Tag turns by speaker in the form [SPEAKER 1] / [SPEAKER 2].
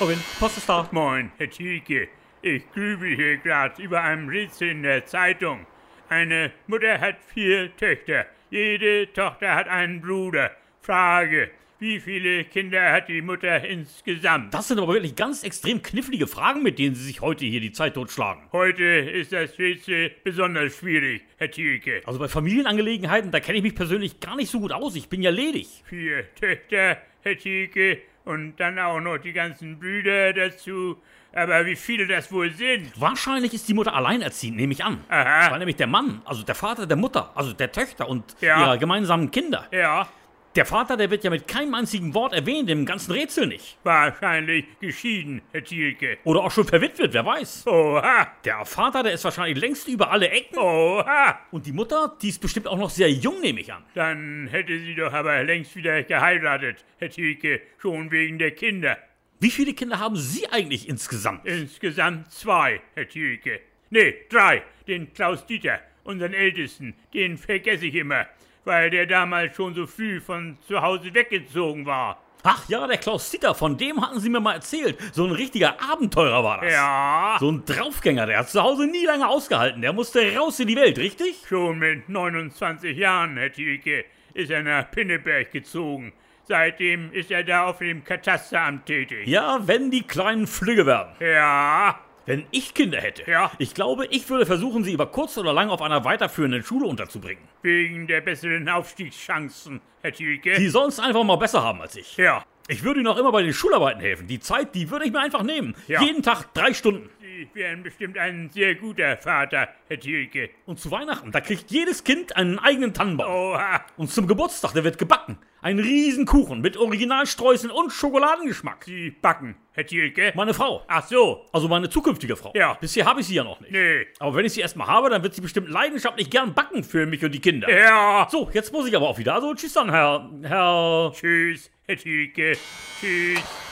[SPEAKER 1] Robin, Post ist da.
[SPEAKER 2] Moin, Herr Thielke. Ich grübel hier gerade über einem Rätsel in der Zeitung. Eine Mutter hat vier Töchter. Jede Tochter hat einen Bruder. Frage, wie viele Kinder hat die Mutter insgesamt?
[SPEAKER 1] Das sind aber wirklich ganz extrem knifflige Fragen, mit denen Sie sich heute hier die Zeit totschlagen.
[SPEAKER 2] Heute ist das Rätsel besonders schwierig, Herr Thielke.
[SPEAKER 1] Also bei Familienangelegenheiten, da kenne ich mich persönlich gar nicht so gut aus. Ich bin ja ledig.
[SPEAKER 2] Vier Töchter, Herr Thielke, und dann auch noch die ganzen Brüder dazu. Aber wie viele das wohl sind?
[SPEAKER 1] Wahrscheinlich ist die Mutter alleinerziehend, nehme ich an.
[SPEAKER 2] Aha.
[SPEAKER 1] Weil nämlich der Mann, also der Vater der Mutter, also der Töchter und
[SPEAKER 2] Ja.
[SPEAKER 1] ihrer gemeinsamen Kinder.
[SPEAKER 2] Ja,
[SPEAKER 1] Der Vater, der wird ja mit keinem einzigen Wort erwähnt, im ganzen Rätsel nicht.
[SPEAKER 2] wahrscheinlich geschieden, Herr Thielke.
[SPEAKER 1] Oder auch schon verwitwet, wer weiß.
[SPEAKER 2] Oha,
[SPEAKER 1] Der Vater, der ist wahrscheinlich längst über alle Ecken.
[SPEAKER 2] oha.
[SPEAKER 1] Und die Mutter, die ist bestimmt auch noch sehr jung, nehme ich an.
[SPEAKER 2] Dann hätte sie doch aber längst wieder geheiratet, Herr Thielke, schon wegen der Kinder.
[SPEAKER 1] Wie viele Kinder haben Sie eigentlich insgesamt?
[SPEAKER 2] Insgesamt zwei, Herr Thielke. Nee, drei. Den Klaus Dieter, unseren Ältesten, den vergesse ich immer, weil der damals schon so früh von zu Hause weggezogen war.
[SPEAKER 1] Ach ja, der Klaus Zitter, von dem hatten Sie mir mal erzählt. So ein richtiger Abenteurer war das.
[SPEAKER 2] Ja,
[SPEAKER 1] So ein Draufgänger, der hat zu Hause nie lange ausgehalten. Der musste raus in die Welt, richtig?
[SPEAKER 2] schon mit 29 Jahren, Herr Thielke, ist er nach Pinneberg gezogen. Seitdem ist er da auf dem Katasteramt tätig.
[SPEAKER 1] Ja, wenn die kleinen Flügge werden.
[SPEAKER 2] Ja,
[SPEAKER 1] Wenn ich Kinder hätte.
[SPEAKER 2] Ja.
[SPEAKER 1] Ich glaube, ich würde versuchen, sie über kurz oder lang auf einer weiterführenden Schule unterzubringen.
[SPEAKER 2] wegen der besseren Aufstiegschancen, Herr Thielke.
[SPEAKER 1] Die sollen es einfach mal besser haben als ich.
[SPEAKER 2] Ja,
[SPEAKER 1] Ich würde ihnen auch immer bei den Schularbeiten helfen. Die Zeit, die würde ich mir einfach nehmen.
[SPEAKER 2] Ja.
[SPEAKER 1] Jeden Tag drei Stunden.
[SPEAKER 2] Sie wären bestimmt ein sehr guter Vater, Herr Thielke.
[SPEAKER 1] Und zu Weihnachten, da kriegt jedes Kind einen eigenen Tannenbaum.
[SPEAKER 2] Oha.
[SPEAKER 1] Und zum Geburtstag, der wird gebacken. Ein Riesenkuchen mit Originalstreuseln und Schokoladengeschmack.
[SPEAKER 2] Sie backen, Herr Thielke.
[SPEAKER 1] Meine Frau.
[SPEAKER 2] Ach so.
[SPEAKER 1] Also meine zukünftige Frau.
[SPEAKER 2] Ja.
[SPEAKER 1] Bisher habe ich sie ja noch nicht.
[SPEAKER 2] Nee.
[SPEAKER 1] Aber wenn ich sie erstmal habe, dann wird sie bestimmt leidenschaftlich gern backen für mich und die Kinder.
[SPEAKER 2] Ja.
[SPEAKER 1] So, jetzt muss ich aber auch wieder. Also tschüss dann, Herr... Herr...
[SPEAKER 2] Tschüss, Herr Thielke. Tschüss.